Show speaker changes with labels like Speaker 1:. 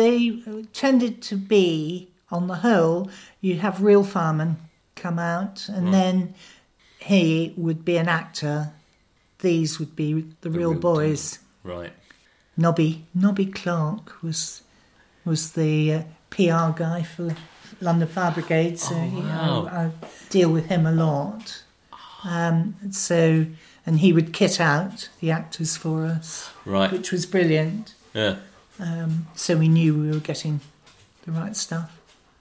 Speaker 1: They tended to be, on the whole, you'd have real firemen come out, and then he would be an actor. These would be the, real
Speaker 2: real
Speaker 1: boys.
Speaker 2: Right.
Speaker 1: Nobby Nobby Clark was was the uh, PR guy for London Fire Brigade, so you know, I deal with him a lot. Um, so and he would kit out the actors for us,
Speaker 2: Right.
Speaker 1: which was brilliant.
Speaker 2: Yeah.
Speaker 1: Um, so we knew we were getting the right stuff.